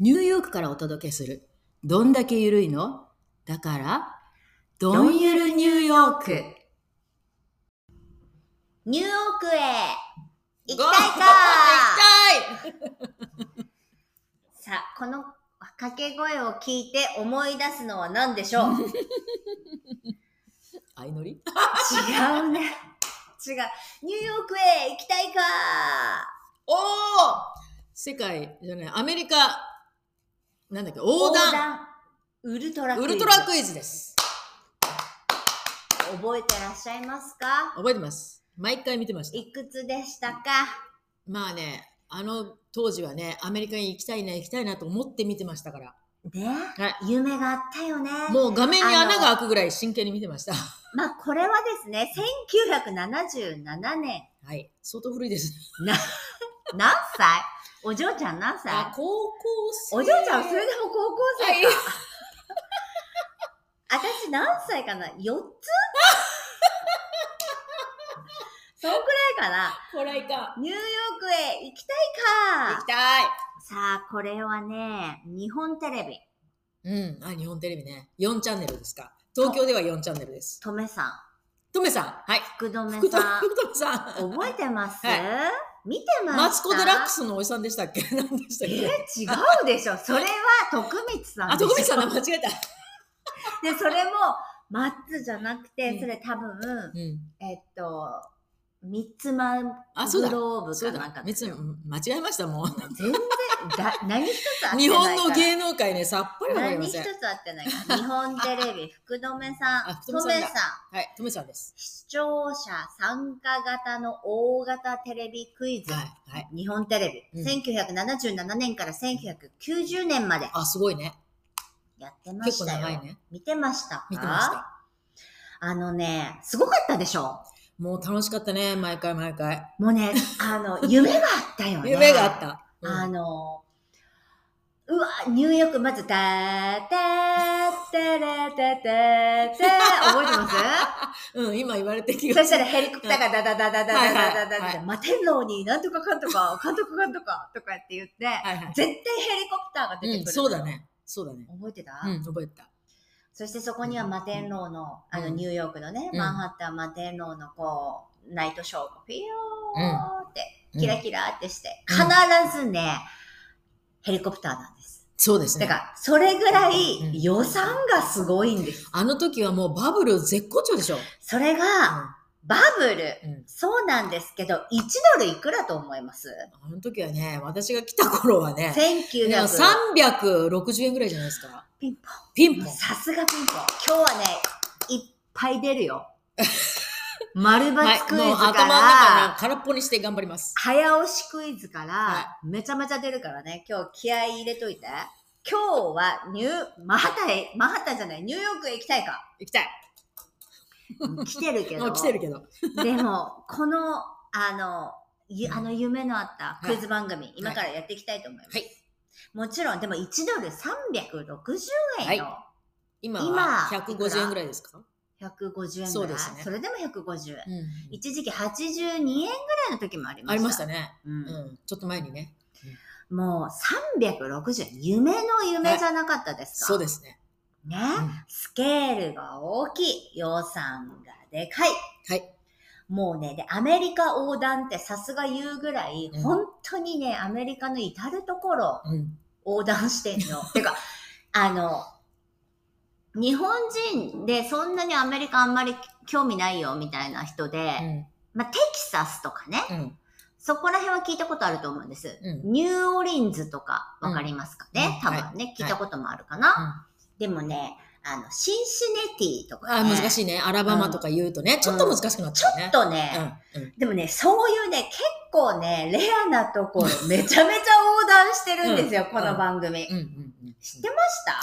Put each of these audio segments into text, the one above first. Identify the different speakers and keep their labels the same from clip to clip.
Speaker 1: ニューヨークからお届けする。どんだけゆるいのだから、どんゆるニューヨーク。
Speaker 2: ニューヨークへ行 きたいか
Speaker 1: 行きたい
Speaker 2: さあ、この掛け声を聞いて思い出すのは何で しょう違
Speaker 1: 相乗り
Speaker 2: うね。違う。ニューヨークへ行きたいか
Speaker 1: おお世界じゃない、アメリカ、なんだっけ、横断、
Speaker 2: ウルトラクイ
Speaker 1: ウ
Speaker 2: ズ
Speaker 1: ルトラクイズです。
Speaker 2: 覚えてらっしゃいますか
Speaker 1: 覚えてます。毎回見てました。
Speaker 2: いくつでしたか
Speaker 1: まあね、あの当時はね、アメリカに行きたいな、行きたいなと思って見てましたから。
Speaker 2: ね、
Speaker 1: は
Speaker 2: 夢があったよね。
Speaker 1: もう画面に穴が開くぐらい真剣に見てました。
Speaker 2: まあ、これはですね、1977年、
Speaker 1: はい。相当古いです。
Speaker 2: 何歳お嬢ちゃん何歳
Speaker 1: あ、高校生。
Speaker 2: お嬢ちゃん、それでも高校生か。
Speaker 1: はい
Speaker 2: 私何歳かな ?4 つ そんくらいかな
Speaker 1: こらいか。
Speaker 2: ニューヨークへ行きたい
Speaker 1: 行
Speaker 2: か
Speaker 1: きたい。
Speaker 2: さあ、これはね、日本テレビ、
Speaker 1: うん。あ、日本テレビね。4チャンネルですか。東京では4チャンネルです。
Speaker 2: とめさん、
Speaker 1: とめさん。はい。
Speaker 2: 福留
Speaker 1: 福と
Speaker 2: さん、
Speaker 1: 福留さん。
Speaker 2: 覚えてます、
Speaker 1: は
Speaker 2: 見てました
Speaker 1: マツコ・デラックスのおじさんでしたっけ 何でした
Speaker 2: え
Speaker 1: っけ
Speaker 2: 違うでしょそれは徳光さん
Speaker 1: あ、
Speaker 2: でしょ
Speaker 1: 徳光さんだ。間違えた。
Speaker 2: で、それも、マッツじゃなく
Speaker 1: う
Speaker 2: て、
Speaker 1: ん
Speaker 2: それ多分、
Speaker 1: うん。
Speaker 2: えっと、ミッツマン
Speaker 1: あ、そう
Speaker 2: グ
Speaker 1: だ。
Speaker 2: ローブ
Speaker 1: そ
Speaker 2: か
Speaker 1: う
Speaker 2: なん
Speaker 1: だ
Speaker 2: か。
Speaker 1: 別にうん間違えました、もう。
Speaker 2: 全然だ何一つ合ってないから
Speaker 1: 日本の芸能界ね、さっぱりわかり
Speaker 2: 何
Speaker 1: ま
Speaker 2: 一つ
Speaker 1: せん。
Speaker 2: 合ってないから日本テレビ福留さ
Speaker 1: あ
Speaker 2: ん
Speaker 1: 福留
Speaker 2: と
Speaker 1: さん
Speaker 2: め
Speaker 1: だ
Speaker 2: さん
Speaker 1: はい、とめさんです。
Speaker 2: 視聴者参加型の大型テレビクイズ、
Speaker 1: はい、はい。
Speaker 2: 日本テレビ、
Speaker 1: うん
Speaker 2: 1977年から1990年まで
Speaker 1: あ、すごいね。
Speaker 2: やってま
Speaker 1: 結
Speaker 2: し
Speaker 1: 構
Speaker 2: たよ、
Speaker 1: 長いね。
Speaker 2: 見てましたか
Speaker 1: 見てました。
Speaker 2: あのねすごかったでしょ
Speaker 1: もう楽しかったね、毎回毎回。
Speaker 2: もうねあの夢があったよ ね
Speaker 1: 夢があった。うん
Speaker 2: あの、うわ、ニューヨーク、まず、たーたーたーたーたーたー覚えてます
Speaker 1: うん、今言われて気
Speaker 2: そ
Speaker 1: が
Speaker 2: したらヘリコプターがダダダダダダダダダダ
Speaker 1: はい
Speaker 2: ダ待てんのに、なんとかかんとか、かんとかかんとか、とかって言って、
Speaker 1: はいは
Speaker 2: 絶対ヘリコプターが出
Speaker 1: い。
Speaker 2: てく
Speaker 1: うん、
Speaker 2: る。
Speaker 1: そうだ。ね。そうだね。
Speaker 2: 覚えてた
Speaker 1: うん、覚えてた。
Speaker 2: そしてそこにはマテンローの、あの、
Speaker 1: うん
Speaker 2: ニューヨークのね、
Speaker 1: うん
Speaker 2: マンハッタンマテンローのこう、ナイトショーがフィヨーって、キラ
Speaker 1: うん
Speaker 2: キラってして、
Speaker 1: う
Speaker 2: 必ずね、ヘリコプターなんです。
Speaker 1: そうです
Speaker 2: だか
Speaker 1: ね。
Speaker 2: ら、それぐら
Speaker 1: うん
Speaker 2: い予算がすごいんです。
Speaker 1: あの時はもうバブル絶好調でしょ。
Speaker 2: それが、バブル。
Speaker 1: うんうん
Speaker 2: そうなんですけど、1ドルいくらと思います
Speaker 1: あの時はね、私が来た頃はね、いや
Speaker 2: ?1900。
Speaker 1: 360円ぐらいじゃないですか。
Speaker 2: ピンポ
Speaker 1: ピンポ
Speaker 2: ン。
Speaker 1: ン。
Speaker 2: さすがピンポン。今日はね、いっぱい出 るよ。丸
Speaker 1: はい
Speaker 2: 抜クイズ
Speaker 1: もう頭の
Speaker 2: か
Speaker 1: 中な
Speaker 2: ら、
Speaker 1: 空っぽにして頑張ります。
Speaker 2: 早押しクイズから、
Speaker 1: は
Speaker 2: めちゃめちゃ出るからね、今日気合い入れといて。今日はニュー、マハタへ、マハタじゃない、ニューヨークへ行きた いか。
Speaker 1: 行きたい。
Speaker 2: 来てるけど。
Speaker 1: もう来てるけど。
Speaker 2: でも、この、あの、ゆあの夢のあったクイズ番組、今
Speaker 1: はい
Speaker 2: からやっていきたいと思います。
Speaker 1: はい
Speaker 2: もちろん、でも1ドル360円よ。
Speaker 1: 今は
Speaker 2: 今
Speaker 1: 150円ぐらいですか
Speaker 2: 150円ぐらい
Speaker 1: そうですね
Speaker 2: それでも150円。
Speaker 1: うん
Speaker 2: 一時期82円ぐらいの時もありました。
Speaker 1: ありましたね。
Speaker 2: う
Speaker 1: うんん。ちょっと前にね。
Speaker 2: もう360円。夢の夢じゃなかったですか、
Speaker 1: そうですね。
Speaker 2: ね、
Speaker 1: ん
Speaker 2: スケールが大きい。予算がでかい。
Speaker 1: はい。
Speaker 2: もうね、で、アメリカ横断ってさすが言うぐらい、
Speaker 1: うん
Speaker 2: 本当にね、アメリカの至るところ
Speaker 1: うん。
Speaker 2: 横断してん の。てか、あの、日本人でそんなにアメリカあんまり興味ないよみたいな人で、
Speaker 1: うん。
Speaker 2: まあ、テキサスとかね、
Speaker 1: うん。
Speaker 2: そこら辺は聞いたことあると思うんです。
Speaker 1: うん
Speaker 2: ニューオーリンズとかわかりますかね、
Speaker 1: うん
Speaker 2: 多分ね、聞いたこともあるか
Speaker 1: う
Speaker 2: な。
Speaker 1: ん
Speaker 2: でもね、あの、シンシネティとか、
Speaker 1: あ
Speaker 2: ね、
Speaker 1: 難
Speaker 2: い。
Speaker 1: しいね。アラバマとか言うとね、ちょっと難しくなっち
Speaker 2: ちょ
Speaker 1: ゃうね
Speaker 2: っ。とね、
Speaker 1: うん。うん
Speaker 2: でもね、そういうね、結構ね、レアなところ、めちゃめちゃ横断してるんですよ、
Speaker 1: うん
Speaker 2: この番組。
Speaker 1: うん。うんうん。
Speaker 2: 知ってました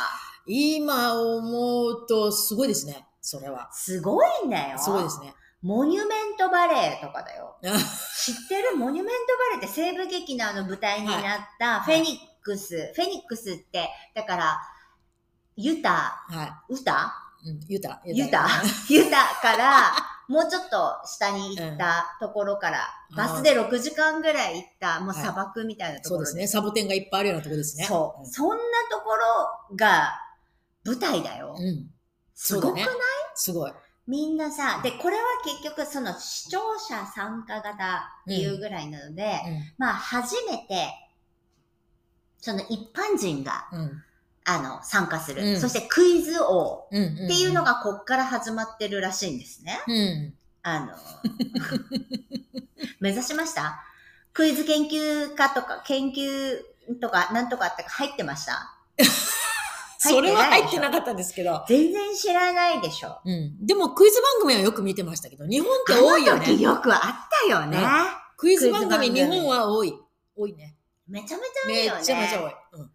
Speaker 1: 今思うとすごいですね。それは。
Speaker 2: すごいんだよ。
Speaker 1: すごいですね。
Speaker 2: モニュメントバレーとかだよ。
Speaker 1: あ
Speaker 2: 知ってるモニュメントバレーって西部劇のあの舞台になった、
Speaker 1: はい
Speaker 2: フェニックス、フェニックスって、だから、ユタ、
Speaker 1: は
Speaker 2: ウタ
Speaker 1: い。うん、ユタ。
Speaker 2: ユ タユ タから、もうちょっと下に行ったところから、
Speaker 1: うん
Speaker 2: バスで6時間ぐらい行った、もう砂漠みたいなとこ
Speaker 1: そう
Speaker 2: ろ
Speaker 1: ですね。サボテンがいっぱいあるようなとこですね。
Speaker 2: そう。
Speaker 1: ん
Speaker 2: そんなところが舞台だよ。
Speaker 1: うん。
Speaker 2: すごくな
Speaker 1: そ
Speaker 2: い、
Speaker 1: うだねすごい。
Speaker 2: みんなさ、で、これは結局その視聴者参加型っていうぐらいなので、まあ初めて、その一般人が、
Speaker 1: うん。うん。
Speaker 2: あの、参加する。
Speaker 1: うん
Speaker 2: そしてクイズ王
Speaker 1: うんうん、うん。
Speaker 2: っていうのがこっから始まってるらしいんですね。
Speaker 1: うん。
Speaker 2: あの、 目指しましたクイズ研究家とか、研究とか、なんとかって入ってました
Speaker 1: それは入ってなかったんですけど。
Speaker 2: 全然知らないでしょ。
Speaker 1: うん。でもクイズ番組はよく見てましたけど、日本って多いよ
Speaker 2: あの時
Speaker 1: ね。
Speaker 2: よくあったよね。
Speaker 1: うんクイズ番
Speaker 2: クイ
Speaker 1: 組、
Speaker 2: ズ番組
Speaker 1: 日本は多い。多いね。
Speaker 2: めちゃめちゃ多い
Speaker 1: め
Speaker 2: よね。
Speaker 1: っちゃめちゃ多い。うん。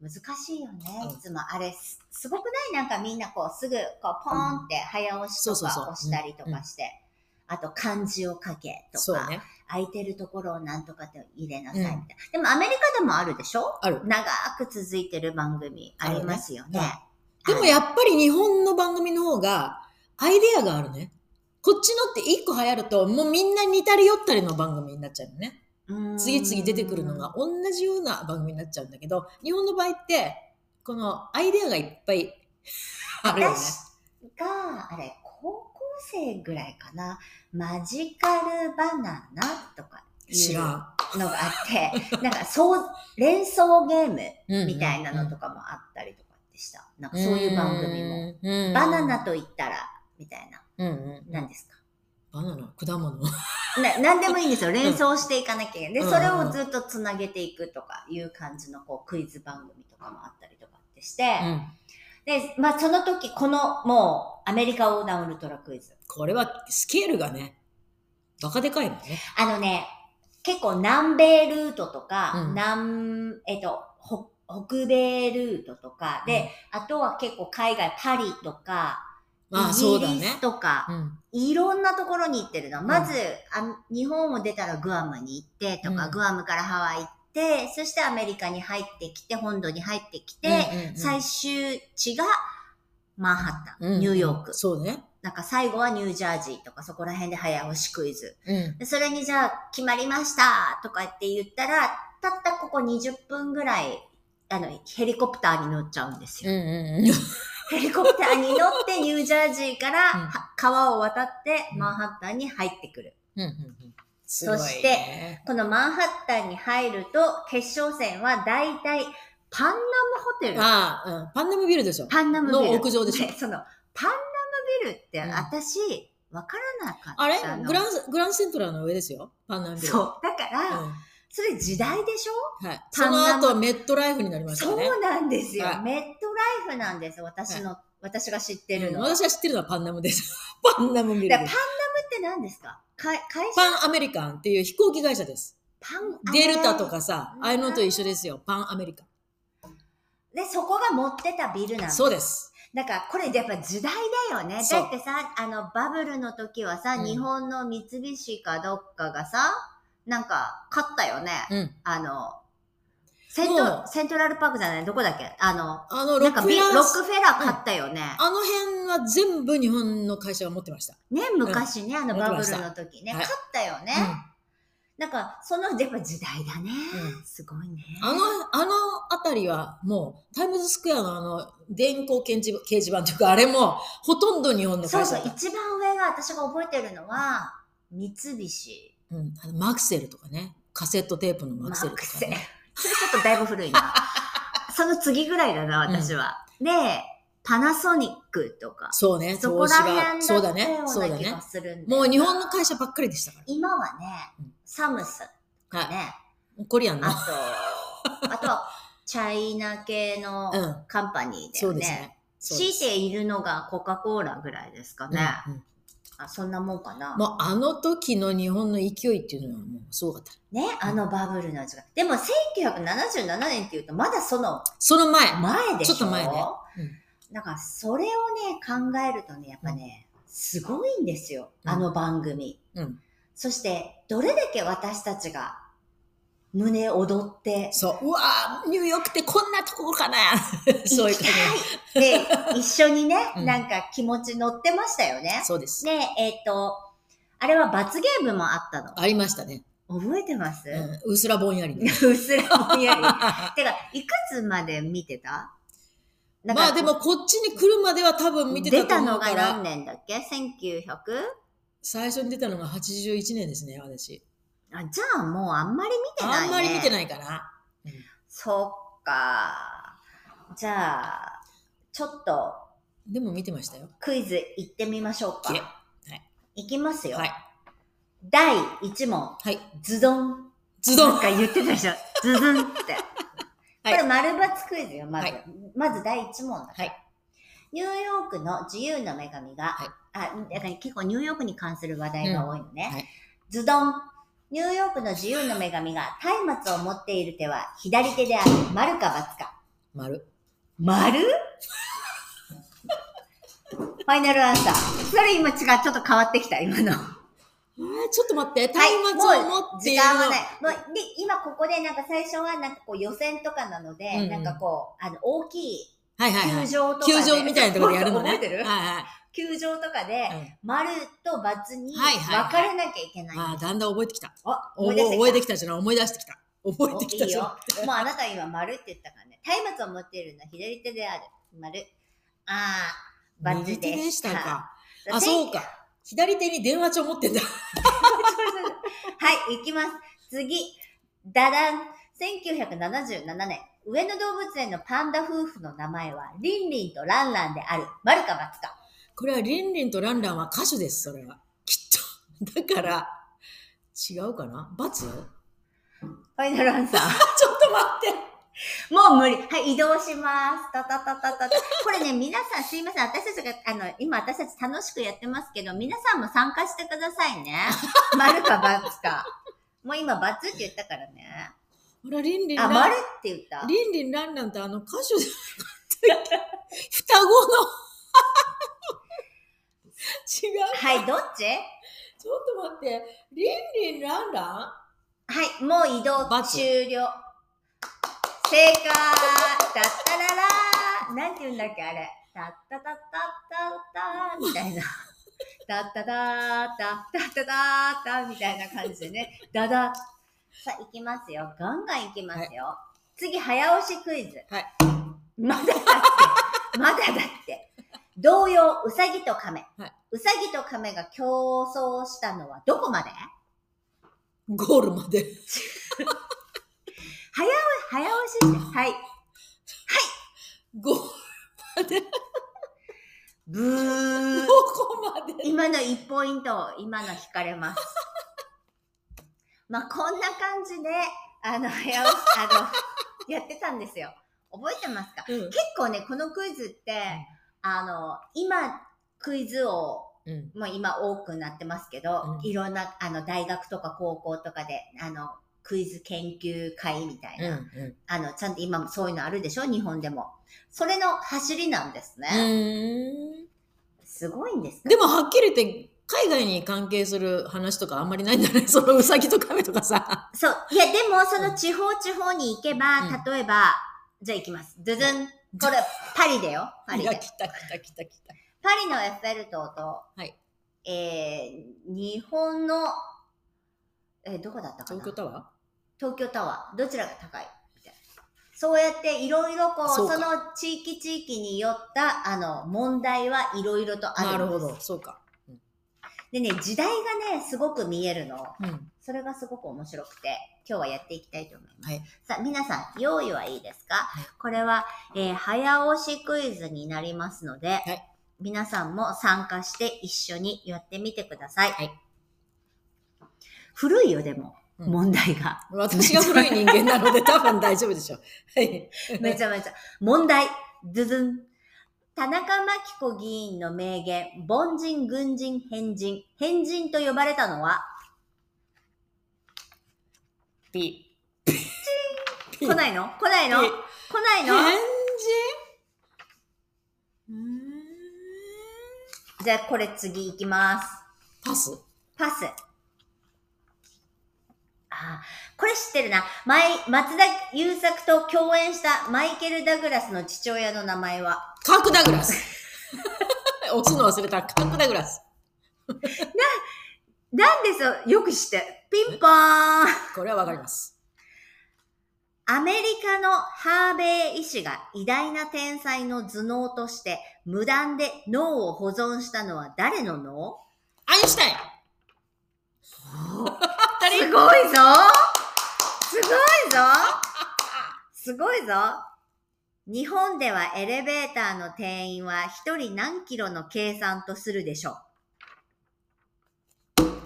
Speaker 2: 難しいよね
Speaker 1: うん。
Speaker 2: いつもあれす、すごくないなんかみんなこうすぐこうポーンって早押しと
Speaker 1: そうそうそう
Speaker 2: か押したりとかして。あと漢字を書けと
Speaker 1: そう
Speaker 2: か、
Speaker 1: ね。
Speaker 2: 空いてるところをなんとかって入れなさいみ
Speaker 1: う
Speaker 2: たい
Speaker 1: ん
Speaker 2: な。でもアメリカでもあるでしょ
Speaker 1: ある。
Speaker 2: 長く続いてる番組ありますよね。
Speaker 1: でもやっぱり日本の番組の方がアイデアがあるね。こっちのって一個流行ると、もうみんな似たり寄ったりの番組になっちゃうのね。
Speaker 2: うん
Speaker 1: 次々出てくるのが。同じような番組になっちゃうんだけど、日本の場合って、このアイデアがいっぱいあるよね。
Speaker 2: 私が、あれ、高校生ぐらいかな。マジカルバナナとかい
Speaker 1: 知
Speaker 2: う
Speaker 1: ら
Speaker 2: の
Speaker 1: ん。
Speaker 2: があって、なんかそう、連想ゲーム
Speaker 1: うん
Speaker 2: みたいなのとかもあったりとかでした。なんかそういう番組も。。
Speaker 1: うん
Speaker 2: バナナ。と言ったら、みたいな。
Speaker 1: うんうん
Speaker 2: 何ですか
Speaker 1: バナナ、果物。
Speaker 2: な何でもいいんですよ。連想していかなきゃいけない。で、
Speaker 1: うん
Speaker 2: それをずっとつなげていくとかいう感じのこうクイズ番組とかもあったりとかってして、
Speaker 1: うん
Speaker 2: で、まあその時、このもうアメリカ横断ウルトラクイズ。
Speaker 1: これはスケールがね、バカでかいもんね。
Speaker 2: あのね、結構南米ルートとか、
Speaker 1: うん
Speaker 2: 南、えっと、ほ北米ルートとか、で、あとは結構海外、パリとか、
Speaker 1: まあそう
Speaker 2: イギ
Speaker 1: だ
Speaker 2: リ
Speaker 1: ね
Speaker 2: ス。とか、
Speaker 1: うん。
Speaker 2: いろんなところに行ってるの。まず、あ日本を出たらグアムに行ってとか、
Speaker 1: うん
Speaker 2: グアムからハワイ行って、そしてアメリカに入ってきて、本土に入ってきて、
Speaker 1: うんうんうん
Speaker 2: 最終地がマンハッタン、
Speaker 1: うん
Speaker 2: ニューヨーク。
Speaker 1: そうね。
Speaker 2: なんか最後はニュージャージーとかそこら辺で早押しクイズ。
Speaker 1: うん。
Speaker 2: でそれにじゃあ決まりましたとかって言ったら、たったここ20分ぐらい、あの、ヘリコプターに乗っちゃうんですよ。
Speaker 1: うんうんうん。
Speaker 2: ヘリコプターに乗ってニュージャージーから
Speaker 1: うん
Speaker 2: は川を渡って
Speaker 1: うん
Speaker 2: マンハッタンに入ってくる。
Speaker 1: うんうんうんすごいね
Speaker 2: そしてこのマンハッタンに入ると決勝戦は大体パンナムホテル。
Speaker 1: ああ、うんパンナムビルでしょ。
Speaker 2: パンナムビル。
Speaker 1: の屋上でしょ
Speaker 2: そのパンナムビルって
Speaker 1: うん
Speaker 2: 私、わからなかったの。
Speaker 1: あれグランス、グランセントラーの上ですよ。パンナムビル。
Speaker 2: そう。だから、
Speaker 1: う
Speaker 2: それ時代でしょ
Speaker 1: ん。はい。そ
Speaker 2: パン
Speaker 1: の
Speaker 2: ナム
Speaker 1: 後はメットライフになりました
Speaker 2: そ
Speaker 1: よね。
Speaker 2: うなんですよ。
Speaker 1: はい
Speaker 2: メットライフなんです。私の、私が知ってる
Speaker 1: うん
Speaker 2: の。
Speaker 1: 私は知ってるのはパンナムです。 パンナムビル
Speaker 2: だからパンナム
Speaker 1: で
Speaker 2: っ
Speaker 1: す。
Speaker 2: て何ですかか会社
Speaker 1: パンアメリカンっていう飛行機会社です。
Speaker 2: パン
Speaker 1: デルタとかさ、
Speaker 2: うん
Speaker 1: ああいうのと一緒ですよ。パンアメリカ
Speaker 2: で、そこが持ってたビルな
Speaker 1: ン。
Speaker 2: の。
Speaker 1: そうです。
Speaker 2: だから、これやっぱ時代だよね。
Speaker 1: そう
Speaker 2: だってさ、あの、バブルの時はさ、
Speaker 1: うん
Speaker 2: 日本の三菱かどっかがさ、なんか、勝ったよね。
Speaker 1: うん。
Speaker 2: あの、セン
Speaker 1: も
Speaker 2: ト、
Speaker 1: う
Speaker 2: セントラルパークじゃないどこだっけあの、
Speaker 1: あの、ロ
Speaker 2: なん
Speaker 1: ッ
Speaker 2: か
Speaker 1: ク
Speaker 2: ビ
Speaker 1: フ
Speaker 2: ロ
Speaker 1: ェラー
Speaker 2: ックフェラー勝ったよね。
Speaker 1: あの辺は全部日本の会社が持ってました。
Speaker 2: ね、昔ね、あ
Speaker 1: 持
Speaker 2: の
Speaker 1: って
Speaker 2: バブ
Speaker 1: まし
Speaker 2: ル
Speaker 1: た
Speaker 2: の時ね、
Speaker 1: はい
Speaker 2: 勝ったよね。なんか、その、やっぱ時代だね。
Speaker 1: う
Speaker 2: すごいね。
Speaker 1: あの、あの辺りはもう、タイムズスクエアのあの、電光掲示板掲示板というか、あれも、ほとんど日本の
Speaker 2: そう
Speaker 1: 会社
Speaker 2: そう
Speaker 1: だ、
Speaker 2: 一番上が私が覚えてるのは、三菱。
Speaker 1: うん、あのマクセルとかね。カセットテープのマクセルとか、ね。
Speaker 2: それちょっとだいぶ古 いな。その次ぐらいだな、私は。で、パナソニックとか、
Speaker 1: そうね、
Speaker 2: そこら辺だった
Speaker 1: そ
Speaker 2: よ
Speaker 1: うだね、そうう
Speaker 2: な
Speaker 1: だ
Speaker 2: 気
Speaker 1: ね
Speaker 2: が。するんだよな
Speaker 1: もう日本の会社ばっかりでしたか
Speaker 2: 今はね
Speaker 1: うん、
Speaker 2: サムス
Speaker 1: ら。はい。
Speaker 2: ね、
Speaker 1: コリアンの。
Speaker 2: あ と、あとは、チャイナ系の
Speaker 1: うん。
Speaker 2: カンパニーだ
Speaker 1: そ
Speaker 2: よ
Speaker 1: うです
Speaker 2: ね。
Speaker 1: ね。そう
Speaker 2: 強
Speaker 1: で
Speaker 2: い
Speaker 1: す
Speaker 2: ているのがコカ・コーラぐらいですかね。
Speaker 1: うんうん
Speaker 2: あそんなもんかな。
Speaker 1: もうあの時の日本の勢いっていうのはもうすごかった。
Speaker 2: ね、あのバブルの時代。でも1977年っていうとまだその
Speaker 1: その前。
Speaker 2: 前でしょ
Speaker 1: ちょっと前ね
Speaker 2: だからそれをね、考えるとね、やっぱね、すごいんですよ。
Speaker 1: うん
Speaker 2: あの番組。
Speaker 1: うん
Speaker 2: そして、どれだけ私たちが胸躍 って、
Speaker 1: そう。うわーニューヨークってこんなとこかな そういう感
Speaker 2: 行きたいで、一緒にね、
Speaker 1: うん
Speaker 2: なんか気持ち乗ってましたよね
Speaker 1: じ。。そうです。
Speaker 2: で、えっ、と、あれは罰ゲームもあったの。
Speaker 1: ありましたね。
Speaker 2: 覚えてます、
Speaker 1: うん。うすらぼんやり
Speaker 2: う
Speaker 1: ね。
Speaker 2: すらぼんやり。 てか、いくつまで見てたなんか
Speaker 1: まあでもこっちに来るまでは多分見てた
Speaker 2: 出
Speaker 1: と
Speaker 2: た
Speaker 1: 思
Speaker 2: の
Speaker 1: うか
Speaker 2: が
Speaker 1: ら
Speaker 2: 何、年だっけ ?1900?
Speaker 1: 最初に出たのが81年ですね、私。
Speaker 2: あじゃあもうあんまり見てない、ね。
Speaker 1: あんまり見て
Speaker 2: い。
Speaker 1: ないかな。
Speaker 2: そっか。じゃあ、ちょっと
Speaker 1: でも見てましたよ。
Speaker 2: クイズ行ってみましょうか。
Speaker 1: いえ
Speaker 2: いきますよ。
Speaker 1: はい。
Speaker 2: 第1問。
Speaker 1: はい。
Speaker 2: ズドン。
Speaker 1: ズド
Speaker 2: なん
Speaker 1: ン。
Speaker 2: か言ってたでしょ。ズズンっ て。
Speaker 1: はい
Speaker 2: これ、丸抜クイズよ、まず。
Speaker 1: はい
Speaker 2: まず第一問だから。
Speaker 1: はい
Speaker 2: ニューヨークの自由の女神が、
Speaker 1: はい
Speaker 2: あ、だから結構ニューヨークに関する話題が多いのね。
Speaker 1: うんはい
Speaker 2: ズドン。ニューヨークの自由の女神が松明を持っている手は左手である。丸か×か。
Speaker 1: 丸。
Speaker 2: 丸ファイナルアンサー。それ今違う。ちょっと変わってきた、今の。
Speaker 1: あーちょっと待って。
Speaker 2: は
Speaker 1: 松
Speaker 2: い
Speaker 1: 明を持ってい
Speaker 2: 時
Speaker 1: るの。
Speaker 2: 間はない。もう、で、今ここでなんか最初はなんかこう予選とかなので、
Speaker 1: うんうん
Speaker 2: なんかこう、あの、大きい
Speaker 1: はいはいは
Speaker 2: 球
Speaker 1: い。
Speaker 2: 場とかで、
Speaker 1: 球場みたいなところでやる のね。
Speaker 2: 覚えて
Speaker 1: は
Speaker 2: る
Speaker 1: いはい。
Speaker 2: 球場とかで、
Speaker 1: うん
Speaker 2: 丸と×に
Speaker 1: はい
Speaker 2: 分
Speaker 1: はい
Speaker 2: かれなきゃいけない。
Speaker 1: ああ、だんだん覚えて きた。
Speaker 2: あ、
Speaker 1: お
Speaker 2: 思い出してきた。
Speaker 1: 覚えてきたじゃない、思い出してきた。覚えてきた
Speaker 2: おいい
Speaker 1: じゃん。
Speaker 2: よ。もうあなた今丸って言ったからね。松明を持っているのは左手である。丸。あー、バツ
Speaker 1: 右手でしたか。
Speaker 2: で
Speaker 1: あ、そうか。左手に電話帳持ってんだ。
Speaker 2: はい、行きます。次。ダダン。1977年、上野動物園のパンダ夫婦の名前は、リンリンとランランである。丸か×か。
Speaker 1: これはリンリンとランランは歌手です、それは。きっと。だ から、違うかな× ちょっ
Speaker 2: ファイナルアンサー。
Speaker 1: と待って。
Speaker 2: もう無理。はい、移動します。たたたたたた。これね、皆さんすいません。私たちが、あの、今私たち楽しくやってますけど、皆さんも参加してくださいね。 丸か×か。もう今、×って言ったからね。
Speaker 1: ほら、リンリンラ
Speaker 2: あ、
Speaker 1: ン
Speaker 2: 丸って言った。
Speaker 1: リンリンランランってあの歌手じゃなかったっけ 双子の。違う。
Speaker 2: はい、どっち
Speaker 1: ちょっと待って。リンリンランラン
Speaker 2: はい、もう移動
Speaker 1: バツ
Speaker 2: 終了。正解だったららーなんて言うんだっけあれ。たったたったったったみたいな。たったたーたたったたーたみたいな感じでね。だだ。さあ、いきますよ。ガンガンいきますよ。次、早押しクイズ。
Speaker 1: はい
Speaker 2: まだだって。まだだって。同様、うさぎと亀。
Speaker 1: はいう
Speaker 2: さぎと亀が競争したのはどこまで
Speaker 1: ゴールまで。
Speaker 2: 早押しして。はい。
Speaker 1: ゴールまで。
Speaker 2: ブ
Speaker 1: ど。
Speaker 2: ー
Speaker 1: こまで。
Speaker 2: 今の1ポイント、今の引かれます。まあ、こんな感じで、あの、早押し、あの、やってたんですよ。覚えてますか
Speaker 1: うん
Speaker 2: 結構ね、このクイズって、あの、今、クイズを、
Speaker 1: うん。
Speaker 2: もう今多くなってますけど、
Speaker 1: うん
Speaker 2: いろんな、あの、大学とか高校とかで、あの、クイズ研究会みたいな、
Speaker 1: う
Speaker 2: あの、ちゃんと今もそういうのあるでしょ日本でも。それの走りなんですね。
Speaker 1: ん。
Speaker 2: すごいんですね
Speaker 1: でもはっきり言って、海外に関係する話とかあんまりないんだね。 そのうさぎと亀とかさ。
Speaker 2: そう。いや、でも、その地方地方に行けば、
Speaker 1: うん
Speaker 2: 例えば、じゃあ行きます。ズズン。これ、パリだよ。パ
Speaker 1: い
Speaker 2: リ
Speaker 1: や、
Speaker 2: で。
Speaker 1: 来た来た来た来た。
Speaker 2: パリのエッフェル塔と、
Speaker 1: はい
Speaker 2: えー、日本の、えーどこだったかな
Speaker 1: 東京タワ
Speaker 2: 東京タワー。どちらが高いみたいな。そうやって、いろいろこう、
Speaker 1: そ
Speaker 2: そう
Speaker 1: か
Speaker 2: の地域地域によった、あの、問題はいろいろと
Speaker 1: ー
Speaker 2: あ
Speaker 1: な
Speaker 2: る
Speaker 1: る
Speaker 2: んで
Speaker 1: ほ
Speaker 2: す。
Speaker 1: ど。そうか。
Speaker 2: でね、時代がね、すごく見えるの。
Speaker 1: うん。
Speaker 2: それがすごく面白くて、今日はやっていきたいと思います。
Speaker 1: はい
Speaker 2: さあ、皆さん、用意はいいですか、
Speaker 1: い
Speaker 2: これは、えー早押しクイズになりますので、
Speaker 1: い
Speaker 2: 皆さんも参加して一緒にやってみてください。
Speaker 1: はい
Speaker 2: 古いよ、でも、
Speaker 1: うん
Speaker 2: 問 題が。
Speaker 1: 私が古い人間なの で多分大丈夫でしょう。はい。
Speaker 2: めちゃめちゃ。問題、ズズン。田中真紀子議員の名言、凡人、軍人、変人。変人と呼ばれたのは、
Speaker 1: ピ
Speaker 2: 来ないの来ないの
Speaker 1: ピ
Speaker 2: 来ない
Speaker 1: 返
Speaker 2: の
Speaker 1: 事うーん
Speaker 2: じゃあこれ次行きます。
Speaker 1: パス。
Speaker 2: パス。ああーこれ知ってるな。前、松田優作と共演したマイケル・ダグラスの父親の名前は、
Speaker 1: カークダグラス。 押すの忘れた。カークダグラス。
Speaker 2: なんでそう、よく知って、ピンポーン
Speaker 1: これはわかります。
Speaker 2: アメリカのハーベイ医師が偉大な天才の頭脳として無断で脳を保存したのは誰の脳
Speaker 1: アインシ ュタイン。
Speaker 2: すごいぞすごいぞすごいぞ日本ではエレベーターの定員は1人何キロの計算とするでしょう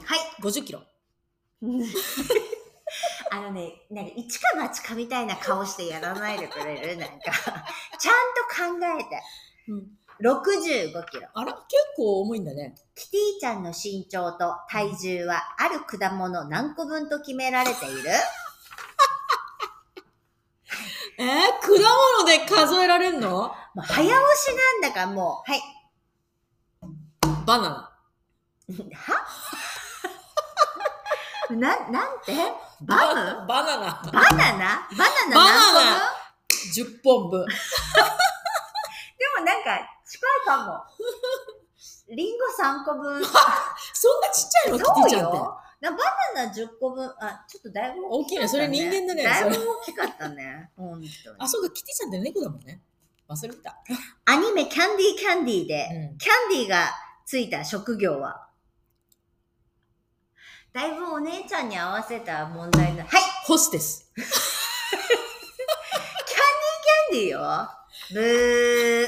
Speaker 2: はい。
Speaker 1: 50キロ。
Speaker 2: あのね、なんか一か八かみたいな顔してやらないでくれるなんか、ちゃんと考えて。65キロ。
Speaker 1: あら、結構重いんだね。
Speaker 2: キティちゃんの身長と体重はある果物何個分と決められている
Speaker 1: えー、果物で数えられんの
Speaker 2: もう早押しなんだからもう、はい。
Speaker 1: バ ナ
Speaker 2: はな、なんてバ
Speaker 1: ナ。
Speaker 2: ム
Speaker 1: バナナ。
Speaker 2: バナナバナナ
Speaker 1: バ
Speaker 2: 何個分
Speaker 1: ナナ10本分。
Speaker 2: でもなんか近いかも。リンゴ3個 分。
Speaker 1: そんなちっちゃいのキティ
Speaker 2: そう
Speaker 1: ちゃんって。
Speaker 2: よ。なバナナ10個分。あ、ちょっとだいぶ大きかっ
Speaker 1: 大きいねそ
Speaker 2: た、ね。
Speaker 1: れ人間だね
Speaker 2: だいぶ
Speaker 1: そ
Speaker 2: 大きかった ね。本当に。
Speaker 1: あ、そうか、キティちゃんって猫だもんね。忘れてた。
Speaker 2: アニメキャンディーキャンディーで、
Speaker 1: うん
Speaker 2: キャンディーがついた職業はだいぶお姉ちゃんに合わせた問題だ。はい
Speaker 1: ホステス。
Speaker 2: キャンディーよブ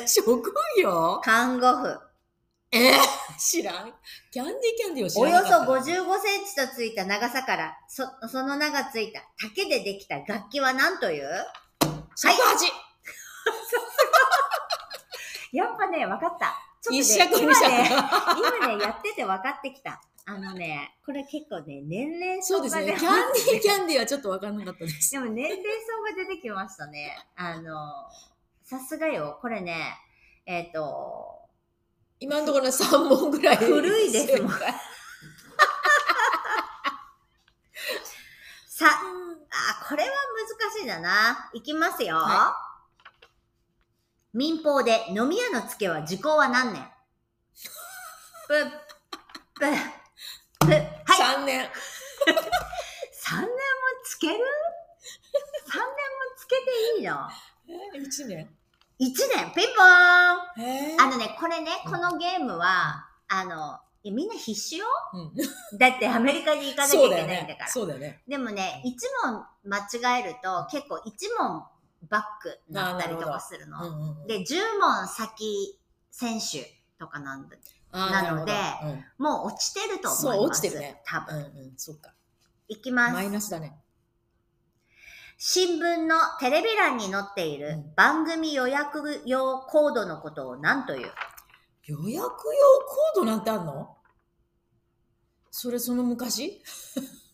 Speaker 2: ー
Speaker 1: 職業
Speaker 2: 看護婦。
Speaker 1: えー、知らん。キャンディーキャンディーを知
Speaker 2: お
Speaker 1: ら
Speaker 2: よ
Speaker 1: な
Speaker 2: そ
Speaker 1: かった
Speaker 2: 55センチとついた長さから、そ、その名がついた竹でできた楽器は何という
Speaker 1: 尺八。
Speaker 2: やっぱね、わかった。
Speaker 1: 一
Speaker 2: ちょっ
Speaker 1: 尺
Speaker 2: とね、
Speaker 1: 二
Speaker 2: 今ね、
Speaker 1: 尺。
Speaker 2: 今ね、やってて分かってきた。あのね、これ結構ね、年 齢
Speaker 1: そうですね。キャンディーキャンディーはちょっとわかんなかったです。
Speaker 2: でも年齢層が出てきましたね。あの、さすがよ。これね、えっ、と、
Speaker 1: 今のところね3本ぐらい。
Speaker 2: 古いで すもん。さ、あ、これは難しいだな。いきますよ。
Speaker 1: は
Speaker 2: 民放で飲み屋の付けは時効は何年ぷ、ぷ、ぷ、はい。
Speaker 1: 3年。
Speaker 2: 3年もつける ?3 年もつけていいの
Speaker 1: えー、1年。
Speaker 2: ?1 年ピンポーンあ
Speaker 1: え
Speaker 2: のね、これね、このゲームは、あの、いやみんな必死よ
Speaker 1: うん、
Speaker 2: だってアメリカに行かなきゃ
Speaker 1: そう
Speaker 2: い
Speaker 1: だよ
Speaker 2: けないんだ
Speaker 1: ね
Speaker 2: か ら。。
Speaker 1: そうだよね。
Speaker 2: でもね、1問間違えると結構1問バックになったりとかする
Speaker 1: う
Speaker 2: の。
Speaker 1: んうんうん、
Speaker 2: で、10問先選手とかなんだ。
Speaker 1: あー
Speaker 2: なので
Speaker 1: なるほど
Speaker 2: もう落ちてると思います。
Speaker 1: そう落ちてるね
Speaker 2: 多
Speaker 1: うん
Speaker 2: 分。
Speaker 1: うんうん、そっか。
Speaker 2: いきます
Speaker 1: マ。イナスだね。
Speaker 2: 新聞のテレビ欄に載っていうる
Speaker 1: ん
Speaker 2: 番組予約用コードのことを何という
Speaker 1: 予約用コードなんてあんのそれその昔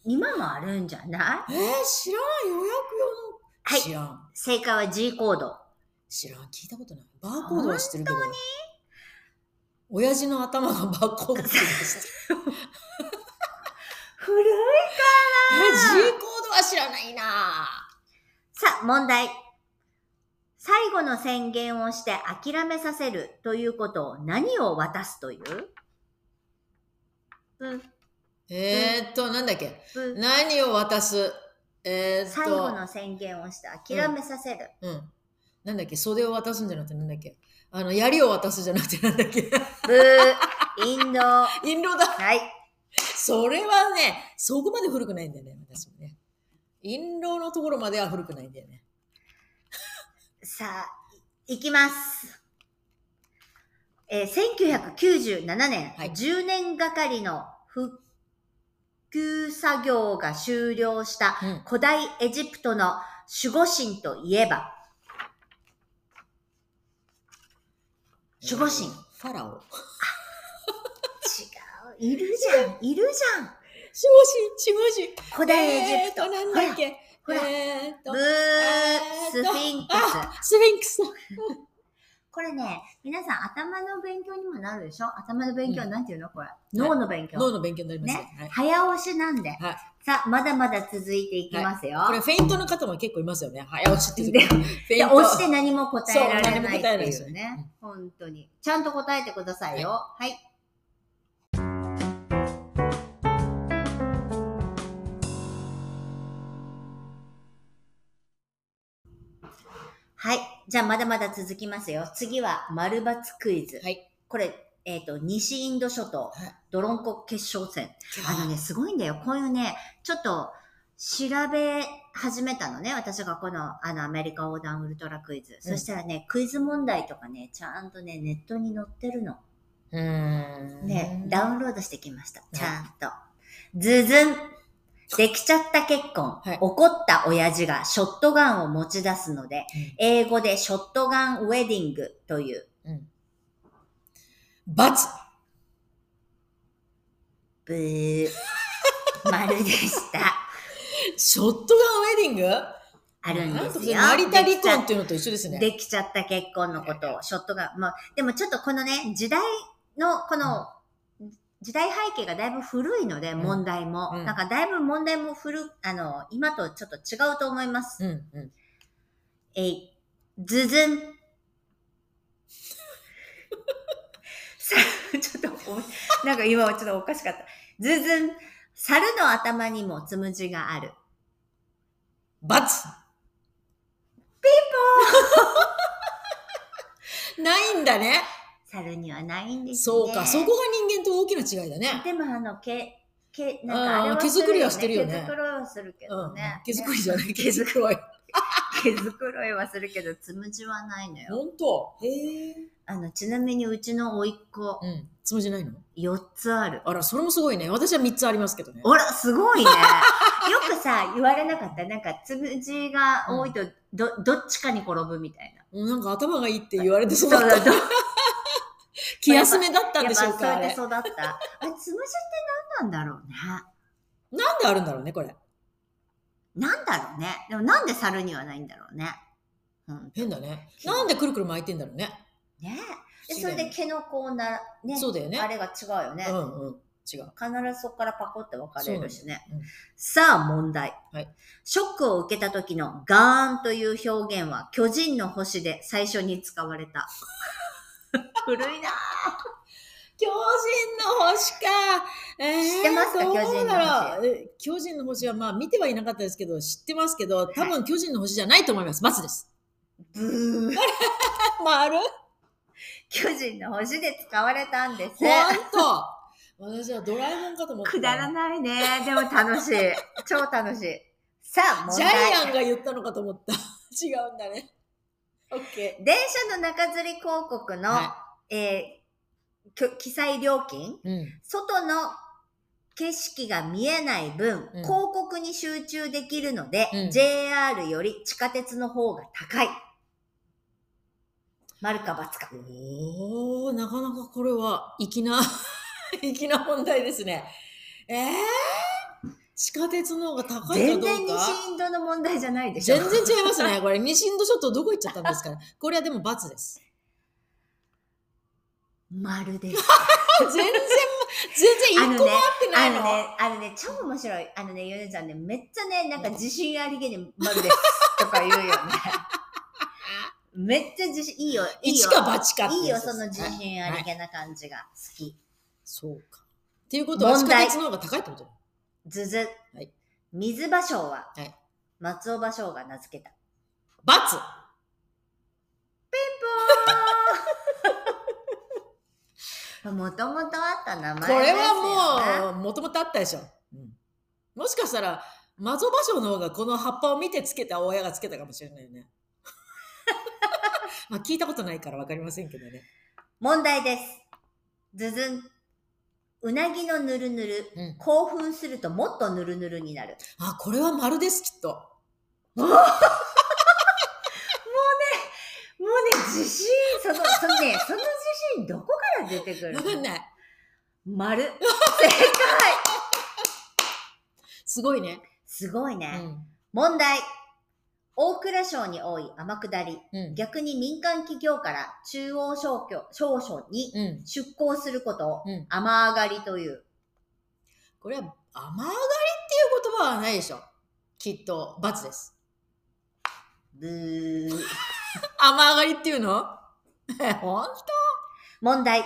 Speaker 2: 今もあるんじゃな
Speaker 1: えー、知らん予約用の。
Speaker 2: いはい。
Speaker 1: 知らん。
Speaker 2: 正解は G コード。
Speaker 1: 知らん。聞いたことない。バーコードは知ってるけど。親父の頭がバーコードって言いました。
Speaker 2: 古い
Speaker 1: えー、G コードは知らないな
Speaker 2: さあ、問題。最後の宣言をして諦めさせるということを何を渡すといううん
Speaker 1: えー、っと、なんだっけ。
Speaker 2: うん
Speaker 1: 何を渡すえー、っと。
Speaker 2: 最後の宣言をして諦めさせる。
Speaker 1: うん。なんだっけ袖を渡すんじゃなくてなんだっけあの、槍を渡すじゃなくてなんだっけ
Speaker 2: ブー、インド。は
Speaker 1: 陰謀だ
Speaker 2: い。
Speaker 1: それはね、そこまで古くないんだよね、私もね。陰謀のところまでは古くないんだよね。
Speaker 2: さあ、いいきます。えー、1997年、
Speaker 1: はい
Speaker 2: 10年がかりの復旧作業が終了した
Speaker 1: うん。
Speaker 2: 古代エジプトの守護神といえば、守護神。違う。
Speaker 1: ファラオ。守護
Speaker 2: いるじゃん。いるじゃん。
Speaker 1: 神、守護神。
Speaker 2: 古代エ
Speaker 1: えー
Speaker 2: ジプト。
Speaker 1: っと、なんだっけ
Speaker 2: ほら
Speaker 1: えーっ
Speaker 2: ほ
Speaker 1: と
Speaker 2: らブー、スフィンクス。
Speaker 1: スフィンクス。
Speaker 2: ここれね、皆さん頭の勉強にもなるでしょ頭の勉強、
Speaker 1: うん
Speaker 2: なんていうのこれ。脳の勉強。
Speaker 1: 脳の勉強になりますよ
Speaker 2: ね
Speaker 1: はい。
Speaker 2: 早押しなんで。
Speaker 1: はい
Speaker 2: さあ、まだまだ続いていきますよ。
Speaker 1: これフェイントの方も結構いますよね。早押しって言う
Speaker 2: で
Speaker 1: と。フェ
Speaker 2: い
Speaker 1: イン
Speaker 2: や
Speaker 1: ト。
Speaker 2: 押して何も答えられない
Speaker 1: そう何も答えられな
Speaker 2: って
Speaker 1: いで
Speaker 2: い
Speaker 1: すよ
Speaker 2: う
Speaker 1: ね
Speaker 2: ね。本当に。ちゃんと答えてくださいよ。はい。はい。じゃあ、まだまだ続きますよ。次は、丸抜クイズ。
Speaker 1: はい。
Speaker 2: これ、えっ、と、西インド諸島
Speaker 1: はい、
Speaker 2: ドロンコ決勝戦。あのね、すごいんだよ。こういうね、ちょっと、調べ始めたのね。私がこの、あの、アメリカ横断ウルトラクイズ。そしたらね、クイズ問題とかね、ちゃんとね、ネットに載ってるの。
Speaker 1: うーん。
Speaker 2: ね、ダウンロードしてきました。ちゃんと。ズズンできちゃった結婚、
Speaker 1: はい
Speaker 2: 怒った親父がショットガンを持ち出すので、
Speaker 1: うん
Speaker 2: 英語でショットガンウェディングという、
Speaker 1: バツ
Speaker 2: ブー、丸でした。
Speaker 1: ショットガンウェディング
Speaker 2: あるんですよ。
Speaker 1: なんかそれ成田離婚っていうのと一緒ですね。
Speaker 2: できちゃった結婚のことを、ショットガン。まあ、でもちょっとこのね、時代の、この、時代背景がだいぶ古いので、
Speaker 1: ん
Speaker 2: 問題も。
Speaker 1: うん
Speaker 2: なんかだいぶ問題も古、あの、今とちょっと違うと思います。
Speaker 1: うんうん。
Speaker 2: えい、ズズン。 さ、ちょっとお、なんか今はちょっとおかしかった。ズズン。猿の頭にもつむじがある。
Speaker 1: バツピンポーンないんだね。
Speaker 2: 猿にはないんですね。
Speaker 1: そうか、そこが人間と大きな違いだね。
Speaker 2: でもあのけけなん
Speaker 1: あー
Speaker 2: かあれは
Speaker 1: 手作りはしてるよね
Speaker 2: 手作りはするけ
Speaker 1: う
Speaker 2: ど
Speaker 1: ん
Speaker 2: ね。。
Speaker 1: 手作り じゃない。
Speaker 2: ね
Speaker 1: 手作りは。
Speaker 2: 手作りはするけどつむじはないのよ。
Speaker 1: ほんとへえ。
Speaker 2: あのちなみにうちの甥っ子
Speaker 1: うん。つむじないの
Speaker 2: 四つある。
Speaker 1: あら、それもすごいね。私は3つありますけどね。
Speaker 2: あらす ごいね。よくさ言われなかったなんかつむじが多いとどどっちかに転ぶみたいな。
Speaker 1: なんか頭がいいって言われてそう
Speaker 2: そ
Speaker 1: だ
Speaker 2: う
Speaker 1: っ
Speaker 2: だど
Speaker 1: た。気休めだったん
Speaker 2: や
Speaker 1: で
Speaker 2: っ
Speaker 1: し
Speaker 2: ぱそ
Speaker 1: ょ
Speaker 2: う
Speaker 1: うか、
Speaker 2: や
Speaker 1: あ
Speaker 2: って
Speaker 1: れ。
Speaker 2: 育った。あつむじって何なんだろうね。
Speaker 1: なんであるんだろうね、これ。
Speaker 2: なんだろうね。でもなんで猿にはないんだろうね。うん、
Speaker 1: 変だね。なんでくるくる巻いてんだろうね。
Speaker 2: ねえ。で
Speaker 1: 不
Speaker 2: そ
Speaker 1: 思議だ
Speaker 2: れで
Speaker 1: よね
Speaker 2: 毛のこうな、ね、
Speaker 1: そうだよね。
Speaker 2: あれが違うよね。
Speaker 1: うんうん。違う。
Speaker 2: 必ずそこからパコって分かれるしね。
Speaker 1: そうなんだようん
Speaker 2: さあ問題、
Speaker 1: はい
Speaker 2: ショックを受けた時のガーンという表現は巨人の星で最初に使われ た。古いなぁ。
Speaker 1: 巨人の星か。えー
Speaker 2: 知ってますか
Speaker 1: どうだろう
Speaker 2: 巨
Speaker 1: え巨
Speaker 2: 人の星
Speaker 1: 人の星はまあ見てはいなかったですけど、知ってますけど、多分巨人の星じゃないと思います。バツ です。
Speaker 2: ブー。
Speaker 1: まあ、ある
Speaker 2: 巨人の星で使われたんです
Speaker 1: ほ。んと。私はドラえもんかと思ってた。
Speaker 2: くだらないね。でも楽し い。超楽しい。さあ問
Speaker 1: ジャイア
Speaker 2: 題。
Speaker 1: ンが言ったのかと思った。違うんだね。オッケ
Speaker 2: 電車の中吊り広告
Speaker 1: ー。
Speaker 2: の、
Speaker 1: は
Speaker 2: えーきょ記載料金
Speaker 1: い。うん。
Speaker 2: 外の景色が見えない分、
Speaker 1: うん
Speaker 2: 広告に集中できるので、
Speaker 1: うん
Speaker 2: JR より地下鉄の方が高い。丸か×か。
Speaker 1: おおなかなかこれは粋な 粋な問題ですね。えー、地下鉄の方が高いかど
Speaker 2: 全
Speaker 1: うか
Speaker 2: 然西インドの問題じゃないでしょ。
Speaker 1: 全然違いますね。こ れ、西インド諸島どこ行っちゃったんですかね。これはでも罰です。
Speaker 2: 丸です。
Speaker 1: 全然、全然一個も合って な
Speaker 2: あ
Speaker 1: いの。
Speaker 2: のね、あのね、超面白い。あのね、ヨネちゃんね、めっちゃね、なんか自信ありげに丸です。とか言うよ ね。めっちゃ自信、いいよ、いい
Speaker 1: 一
Speaker 2: よ。
Speaker 1: か八かって
Speaker 2: いいよ、
Speaker 1: やつで
Speaker 2: そ
Speaker 1: す
Speaker 2: の
Speaker 1: ね
Speaker 2: 自信ありげな感じが好き。
Speaker 1: そうか。っていうことは、地
Speaker 2: 問
Speaker 1: 下
Speaker 2: 題
Speaker 1: 鉄の方が高いってこと
Speaker 2: ずず。
Speaker 1: はい
Speaker 2: 水芭蕉は、
Speaker 1: はい
Speaker 2: 松尾芭蕉が名付けた。
Speaker 1: 罰
Speaker 2: もともとあった名前
Speaker 1: こ
Speaker 2: ですよ、ね。
Speaker 1: れはもう、もともとあったでしょ。うんもしかしたら、マゾバショの方がこの葉っぱを見てつけた親がつけたかもしれないよ ね。まあ聞いたことないからわかりませんけどね。
Speaker 2: 問題です。ずずん。うなぎのぬるぬる。
Speaker 1: うん
Speaker 2: 興奮するともっとぬるぬるになる。
Speaker 1: あ、これは丸です、きっと。
Speaker 2: もうね、自信、その、そのね、その自信どこから出てくる
Speaker 1: わかんない。
Speaker 2: 丸。 正解
Speaker 1: すごいね。
Speaker 2: すごいうね。
Speaker 1: ん。
Speaker 2: 問題。大蔵省に多い天下り、
Speaker 1: うん。
Speaker 2: 逆に民間企業から中央省庁省所に
Speaker 1: うん。
Speaker 2: 出向することを
Speaker 1: うん。
Speaker 2: 雨上がりという。
Speaker 1: これは、雨上がりっていう言葉はないでしょ。きっと、罰です。
Speaker 2: ブー。
Speaker 1: 雨上がりっていうの ほんと
Speaker 2: 問題。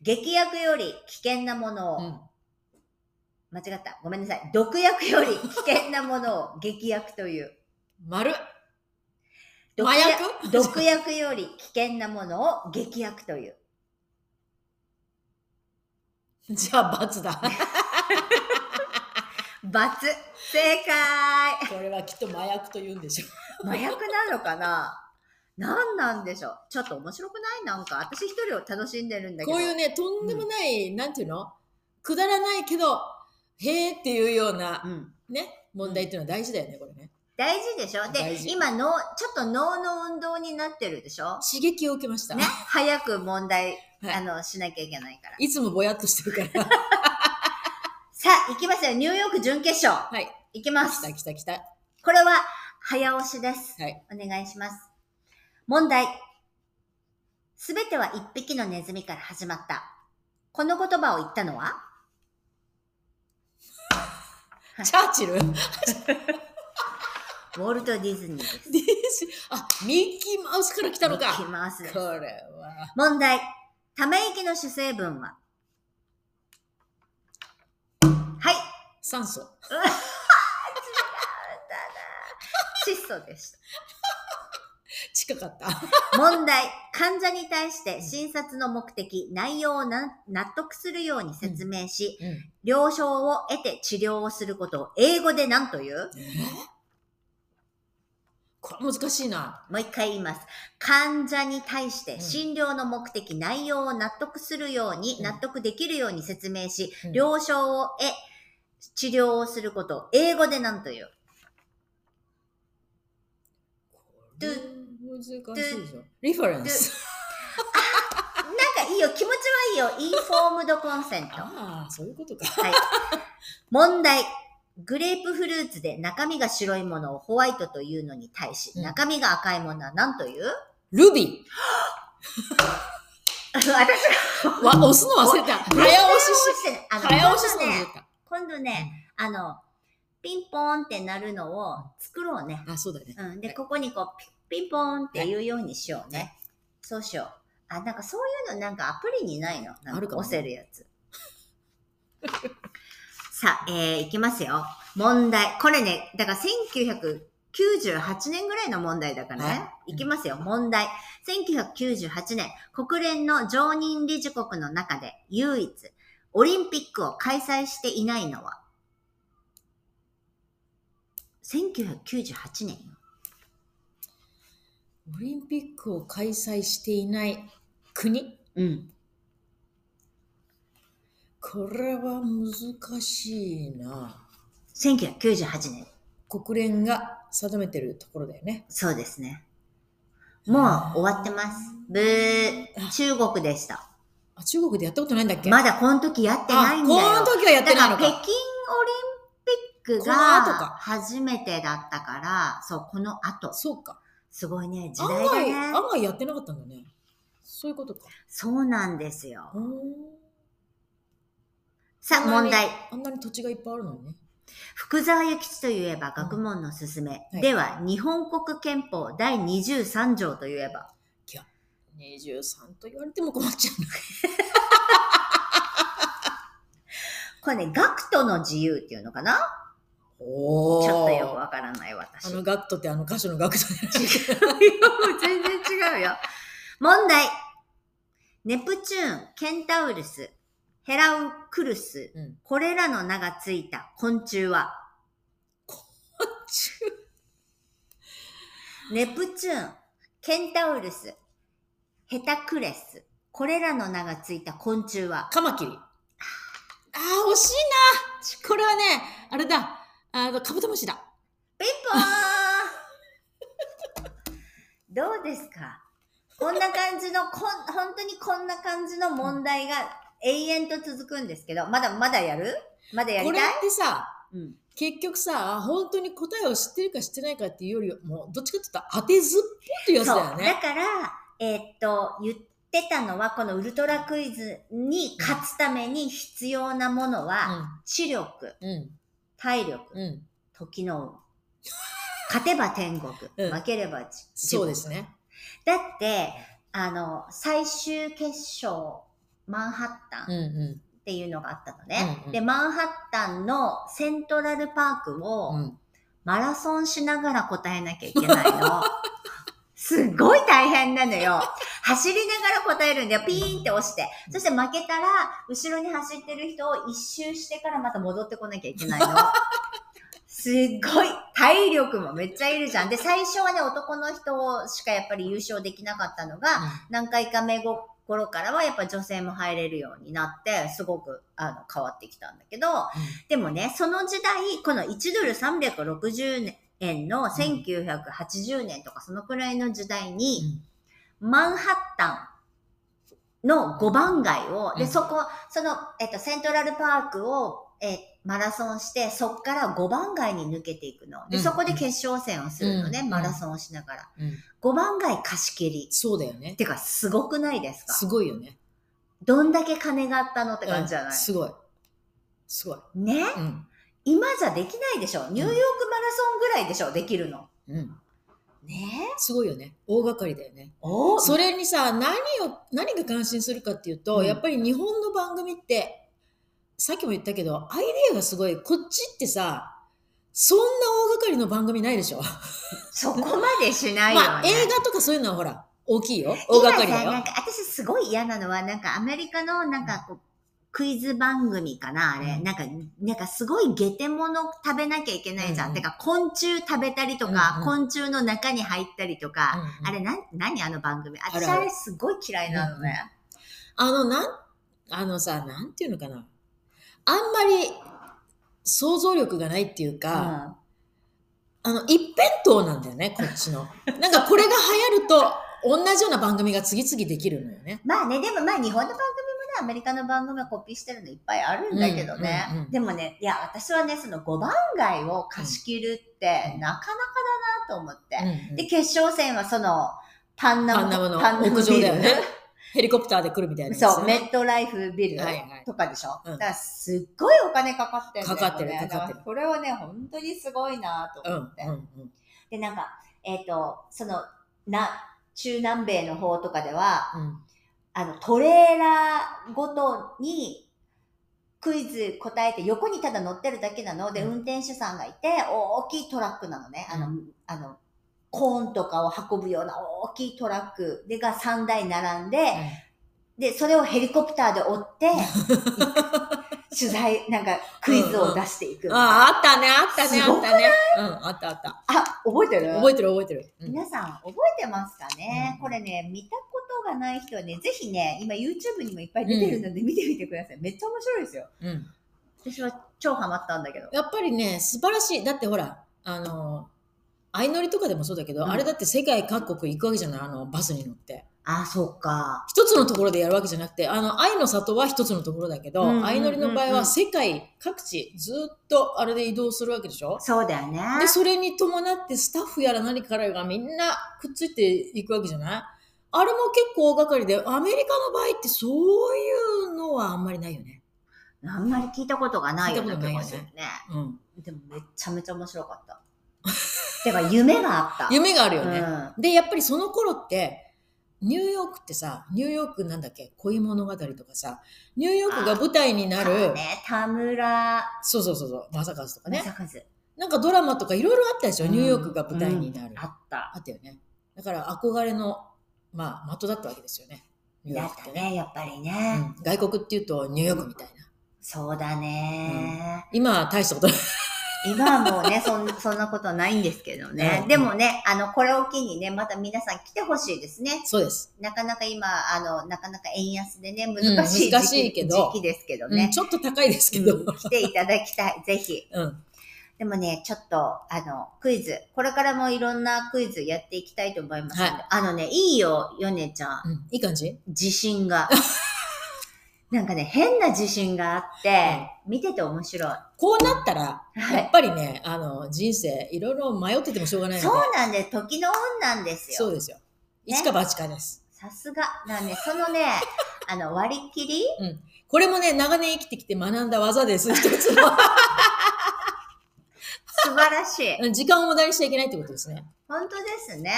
Speaker 2: 劇薬より危険なものを、
Speaker 1: うん。
Speaker 2: 間違った。ごめんなさい。毒薬より危険なものを劇薬という。
Speaker 1: 丸。
Speaker 2: 毒
Speaker 1: 麻
Speaker 2: 薬
Speaker 1: 薬
Speaker 2: 毒薬より危険なものを劇薬という。
Speaker 1: じゃあ、罰だ。
Speaker 2: 罰正解
Speaker 1: これはきっと麻薬と言うんでしょ。
Speaker 2: 麻薬なのかな何なんでしょうちょっと面白くないなんか、私一人を楽しんでるんだけど。
Speaker 1: こういうね、とんでもない、なんていうのくだらないけど、へーっていうような
Speaker 2: う、ん。
Speaker 1: ね、問題っていうのは大事だよね、これね。
Speaker 2: 大事でしょ
Speaker 1: 大
Speaker 2: で、
Speaker 1: 事
Speaker 2: 今の、ちょっと脳の運動になってるでしょ
Speaker 1: 刺激を受けました。
Speaker 2: ね。早く問題、
Speaker 1: はい
Speaker 2: あの、しなきゃいけないから。
Speaker 1: いつもぼやっとしてる から。
Speaker 2: さあ、行きますよ。ニューヨーク準決勝。
Speaker 1: はい。
Speaker 2: 行きま
Speaker 1: 来
Speaker 2: す
Speaker 1: た。来た来た。
Speaker 2: これは、早押しです。
Speaker 1: はい。
Speaker 2: お願いします。問題。すべては一匹のネズミから始まった。この言葉を言ったのははい
Speaker 1: チャーチル ディ
Speaker 2: ウォルト・ディズニーです。
Speaker 1: ズあ、ミッキーマウスから来たの
Speaker 2: ミッキー
Speaker 1: か。
Speaker 2: マウスです
Speaker 1: これは。
Speaker 2: 問題。ため息の主成分ははい。
Speaker 1: 酸素。
Speaker 2: 窒素でし
Speaker 1: 近かった。
Speaker 2: た。問題。患者に対して診察の目的、内容をな納得するように説明し、
Speaker 1: うん。
Speaker 2: 了承を得て治療をすることを英語で何という
Speaker 1: これ難しいな。
Speaker 2: もう一回言います。患者に対して診療の目的、内容を納得するように、
Speaker 1: うん
Speaker 2: 納得できるように説明し、
Speaker 1: うん
Speaker 2: 了承を得、治療をすることを英語で何という
Speaker 1: これ難しいぞ。リファレンス。
Speaker 2: なんかいいよ、気持ちはいいよ。インフォームドコンセント。は
Speaker 1: ああ、そういうことか。
Speaker 2: い。問題。グレープフルーツで中身が白いものをホワイトというのに対し、
Speaker 1: うん
Speaker 2: 中身が赤いものは何 という
Speaker 1: ルビ
Speaker 2: 私が
Speaker 1: ー。わ、押すの忘れた。早押しし、
Speaker 2: してないあの
Speaker 1: 早押しするの忘
Speaker 2: 今度ね
Speaker 1: れた。
Speaker 2: 今度ね、あの、ピンポーンってなるのを作ろうね。
Speaker 1: あ、そうだね。
Speaker 2: うん。
Speaker 1: は
Speaker 2: で、
Speaker 1: い
Speaker 2: ここにこう、ピピンポーンって言うようにしよう
Speaker 1: は
Speaker 2: ね。そうしよう。あ、なんかそういうのなんかアプリにないのなん
Speaker 1: あるかもね
Speaker 2: 押せるやつ。 さあ、えー、いきますよ。問題。これね、だから1998年ぐらいの問題だからね
Speaker 1: は。い
Speaker 2: いきますよ。問題。1998年、国連の常任理事国の中で唯一、オリンピックを開催していないのは ?1998 年よ。
Speaker 1: オリンピックを開催していない国
Speaker 2: うん。
Speaker 1: これは難しいな。
Speaker 2: 1998年。
Speaker 1: 国連が定めてるところだよね。
Speaker 2: そうですね。もう終わってます。ブー。中国でした。
Speaker 1: あ、中国でやったことないんだっけ
Speaker 2: まだこの時やってないんだよ。
Speaker 1: あこの時はやって
Speaker 2: だ
Speaker 1: ない
Speaker 2: か
Speaker 1: の
Speaker 2: ら
Speaker 1: か。
Speaker 2: 北京オリンピックが
Speaker 1: この後か
Speaker 2: 初めてだったから、そう、この後。
Speaker 1: そうか。
Speaker 2: すごいね、時
Speaker 1: 案
Speaker 2: 代
Speaker 1: 外、
Speaker 2: だね
Speaker 1: 案。外やってなかったんだね。そういうことか。
Speaker 2: そうなんですよ
Speaker 1: う。ーん
Speaker 2: さあ、問題。
Speaker 1: あんなに土地がいっぱいあるのにね。
Speaker 2: 福沢諭吉といえば学問のすすめ。
Speaker 1: うん
Speaker 2: では、日本国憲法第23条といえば。
Speaker 1: 23と言われても困っちゃうな。
Speaker 2: これね、学徒の自由っていうのかな
Speaker 1: お
Speaker 2: ちょっとよくわからない私。
Speaker 1: あのガクトってあの箇所のガクト
Speaker 2: 違うよ。全然違うよ。問題。ネプチューン、ケンタウルス、ヘラウクルス、
Speaker 1: うん。
Speaker 2: これらの名がついた昆虫は、ネプチューン、ケンタウルス、ヘタクレス、これらの名がついた昆虫は、
Speaker 1: カマキリ。ああー、惜しいな。これはね、あれだ。あの、カブトムシだ。
Speaker 2: ピンポーンどうですかこんな感じの、こん、本当にこんな感じの問題が永遠と続くんですけど、まだまだやるまだやり
Speaker 1: これ
Speaker 2: たい
Speaker 1: ってさ、
Speaker 2: うん。
Speaker 1: 結局さ、本当に答えを知ってるか知ってないかっていうよりは、もう、どっちかって言ったら当てずっぽっていうやつだよ
Speaker 2: そう。だ
Speaker 1: ね。
Speaker 2: から、えーっと、言ってたのは、このウルトラクイズに勝つために必要なものは、知力、
Speaker 1: うん、う
Speaker 2: 体力、
Speaker 1: ん、うん。
Speaker 2: 時の運。勝てば天国、
Speaker 1: うん
Speaker 2: 負ければ地地
Speaker 1: そ
Speaker 2: 獄
Speaker 1: うですね。
Speaker 2: だって、あの、最終決勝、マンハッタン
Speaker 1: うん、う
Speaker 2: っていうのがあったのね。
Speaker 1: うんうん
Speaker 2: で、マンハッタンのセントラルパーク
Speaker 1: ん。
Speaker 2: を、
Speaker 1: うん。
Speaker 2: マラソンしながら答えなきゃいけないの。すっごい大変なのよ。走りながら答えるんだよ。ピーンって押して。そして負けたら、後ろに走ってる人を一周してからまた戻ってこなきゃいけないの。すっごい体力もめっちゃいるじゃん。で、最初はね、男の人しかやっぱり優勝できなかったのが、何回か目ご頃からはやっぱ女性も入れるようになって、すごくあの変わってきたんだけど、でもね、その時代、この1ドル360円の1980年とかそのくらいの時代に、マンハッタンの5番街を、
Speaker 1: う
Speaker 2: で、
Speaker 1: ん
Speaker 2: そこ、その、えっと、セントラルパークを、えーマラソンして、そっから5番街に抜けていくの。で、
Speaker 1: うん
Speaker 2: そこで決勝戦をするのね、
Speaker 1: うん
Speaker 2: マラソンをしながら。
Speaker 1: うん。
Speaker 2: 5番街貸し切り。
Speaker 1: そうだよね。
Speaker 2: てか、すごくないですか
Speaker 1: すごいよね。
Speaker 2: どんだけ金があったのって感じじゃ
Speaker 1: う
Speaker 2: なんい、
Speaker 1: すごい。すごい。
Speaker 2: ね
Speaker 1: うん。
Speaker 2: 今じゃできないでしょ。ニューヨークマラソンぐらいでしょ、できるの。
Speaker 1: うん。
Speaker 2: ね
Speaker 1: すごいよね。大掛かりだよね。
Speaker 2: お
Speaker 1: それにさ、何を、何が関心するかっていうと、
Speaker 2: うん
Speaker 1: やっぱり日本の番組って、さっきも言ったけど、アイデアがすごい。こっちってさ、そんな大掛かりの番組ないでしょ。
Speaker 2: そこまでしないよ、ね。
Speaker 1: まあ、映画とかそういうのはほら、大きいよ。大
Speaker 2: 今
Speaker 1: 掛かり
Speaker 2: さ
Speaker 1: だよ
Speaker 2: なん。か私すごい嫌なのは、なんかアメリカのなんかこう、クイズ番組かなあれ。
Speaker 1: うん
Speaker 2: なんか、なんかすごい下手物食べなきゃいけないじゃ
Speaker 1: うん
Speaker 2: ん。
Speaker 1: うん
Speaker 2: てか、昆虫食べたりとか、
Speaker 1: うんうん
Speaker 2: 昆虫の中に入ったりとか。
Speaker 1: うんうん
Speaker 2: あれ、な、何あの番組。
Speaker 1: ある
Speaker 2: 私あれすごい嫌いなのね。
Speaker 1: あの、なん、あのさ、なんていうのかな。あんまり想像力がないっていう
Speaker 2: う
Speaker 1: か、
Speaker 2: ん
Speaker 1: あの、一辺倒なんだよね、こっちの。なんかこれが流行ると、同じような番組が次々できるのよね。
Speaker 2: まあね、でもまあ日本の番組もね、アメリカの番組はコピーしてるのいっぱいあるんだけどね。
Speaker 1: うんうんうん
Speaker 2: でもね、いや、私はね、その5番街を貸し切るって、
Speaker 1: うん
Speaker 2: なかなかだなと思って。
Speaker 1: うんうん
Speaker 2: で、決勝戦はその、パンナ
Speaker 1: パ
Speaker 2: ム
Speaker 1: ンナムの
Speaker 2: パンナム
Speaker 1: 屋上だよ
Speaker 2: ビ
Speaker 1: ね。ヘリコプターで来るみたい
Speaker 2: ル
Speaker 1: な
Speaker 2: そう、メ
Speaker 1: ね。
Speaker 2: ットライフビル
Speaker 1: はいはい
Speaker 2: とかでしょ、
Speaker 1: うん
Speaker 2: だからすっごいお金かかってるんだよ
Speaker 1: か
Speaker 2: ね。
Speaker 1: かってるかかってる
Speaker 2: だらこれはね、本当にすごいなと
Speaker 1: うん
Speaker 2: 思って。
Speaker 1: うんうん
Speaker 2: で、なんか、えっ、と、その、な、中南米の方とかでは、
Speaker 1: うん
Speaker 2: あの、トレーラーごとにクイズ答えて横にただ乗ってるだけなので、
Speaker 1: うん
Speaker 2: 運転手さんがいて、大きいトラックなのね。あの、
Speaker 1: う
Speaker 2: あの、コーンとかを運ぶような大きいトラックでが3台並んで、で、それをヘリコプターで 追って、取材、なんかクイズを出していく。あ、
Speaker 1: ああ、あったね、あったね、
Speaker 2: す
Speaker 1: あ
Speaker 2: ご
Speaker 1: っ
Speaker 2: く
Speaker 1: たね。うん、あったあった。
Speaker 2: 覚えてる
Speaker 1: 覚えてる覚えてる。うん
Speaker 2: 皆さん覚えてますかね、
Speaker 1: うん
Speaker 2: これね、見たことがない人はね、ぜひね、今 YouTube にもいっぱい出てるので見てみてください。めっちゃ面白いですよ。
Speaker 1: うん
Speaker 2: 私は超ハマったんだけど。
Speaker 1: やっぱりね、素晴らしい。だってほら、あの、相乗りとかでもそうだけど、
Speaker 2: うん
Speaker 1: あれだって世界各国行くわけじゃないあの、バスに乗って。
Speaker 2: あ、そっか。
Speaker 1: 一つのところでやるわけじゃなくて、あの、愛の里は一つのところだけど、
Speaker 2: うんうんうんうん
Speaker 1: 相乗りの場合は世界各地、ずっとあれで移動するわけでしょ
Speaker 2: そうだよね。
Speaker 1: で、それに伴ってスタッフやら何からがみんなくっついていくわけじゃないあれも結構大掛かりで、アメリカの場合ってそういうのはあんまりないよね。
Speaker 2: あんまり聞いたことがないような気
Speaker 1: 聞いたことないよ
Speaker 2: が
Speaker 1: ね
Speaker 2: するね。
Speaker 1: うん。
Speaker 2: でもめちゃめちゃ面白かった。 てか、夢があった。
Speaker 1: 夢があるよね。
Speaker 2: うん。
Speaker 1: で、やっぱりその頃って、ニューヨークってさ、ニューヨークなんだっけ恋物語とかさ、ニューヨークが舞台になる、
Speaker 2: ね、田村
Speaker 1: そうそうそうそう、マサカズとかね。
Speaker 2: 正和。
Speaker 1: なんかドラマとかいろいろあったでしょ、ニューヨークが舞台になる。
Speaker 2: うんあ
Speaker 1: あ
Speaker 2: った。
Speaker 1: ったよね。だから憧れの、まあ、的だったわけですよね。ニュー
Speaker 2: だ
Speaker 1: ヨー
Speaker 2: っ
Speaker 1: クったてね。
Speaker 2: ね、やっぱり
Speaker 1: う
Speaker 2: ね。
Speaker 1: ん、外国っていうとニューヨークみたいな。
Speaker 2: そうだね。
Speaker 1: 今は大した ことない。
Speaker 2: 今はもうね、そん、 そんなことないんですけどね
Speaker 1: う。ん
Speaker 2: でもね、あの、これを機にね、また皆さん来てほしいですね。
Speaker 1: そうです、
Speaker 2: なかなか今、あの、なかなか円安でね、難
Speaker 1: ん
Speaker 2: しい時期,、
Speaker 1: 難しいけど
Speaker 2: 時期ですけど
Speaker 1: うん
Speaker 2: ね。
Speaker 1: ちょっと高いですけど。
Speaker 2: うん来ていただきたい、 ぜひ。
Speaker 1: うん。
Speaker 2: でもね、ちょっと、あの、クイズ、これからもいろんなクイズやっていきたいと思いますので、
Speaker 1: は
Speaker 2: あのね、いいよ、ヨネちゃん。
Speaker 1: うん。いい感じ
Speaker 2: 自信が。なんかね、変な自信があって、見てて面白い。
Speaker 1: こうなったら、
Speaker 2: は
Speaker 1: やっ
Speaker 2: い。
Speaker 1: ぱりね、あの、人生、いろいろ迷っててもしょうがないので
Speaker 2: そう、なんで、時の運なんです
Speaker 1: そう
Speaker 2: よ。
Speaker 1: ですよ。一か八かです。
Speaker 2: さすが。なんで、そのね、 あの、割り切り
Speaker 1: これもね、長年生きてきて学んだ技です、一つ
Speaker 2: 素晴らしい。
Speaker 1: の。時間を無駄にしちゃいけないってことですね。
Speaker 2: 本当ですね。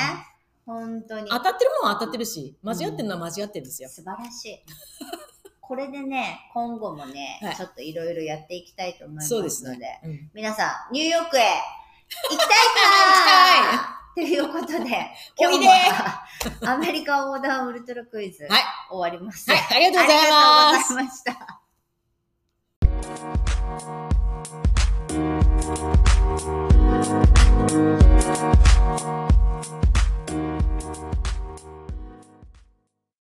Speaker 2: 本当に。
Speaker 1: 当たってるもんは当たってるし、間違ってるのは間違ってるんですよ。
Speaker 2: 素晴らしい。これでね、今後もね、
Speaker 1: はい
Speaker 2: ちょっといろいろやっていきたいと思います
Speaker 1: そう
Speaker 2: の
Speaker 1: で
Speaker 2: で、
Speaker 1: すね。うん
Speaker 2: 皆さん、ニューヨークへ行きたいか
Speaker 1: 行きた
Speaker 2: なということで、
Speaker 1: おいで
Speaker 2: 今日も アメリカ横断ウルトラクイズ、
Speaker 1: はい
Speaker 2: 終わります。
Speaker 1: はい、ありがとうござい
Speaker 2: あり
Speaker 1: ま
Speaker 2: が
Speaker 1: す
Speaker 2: とう。ございました。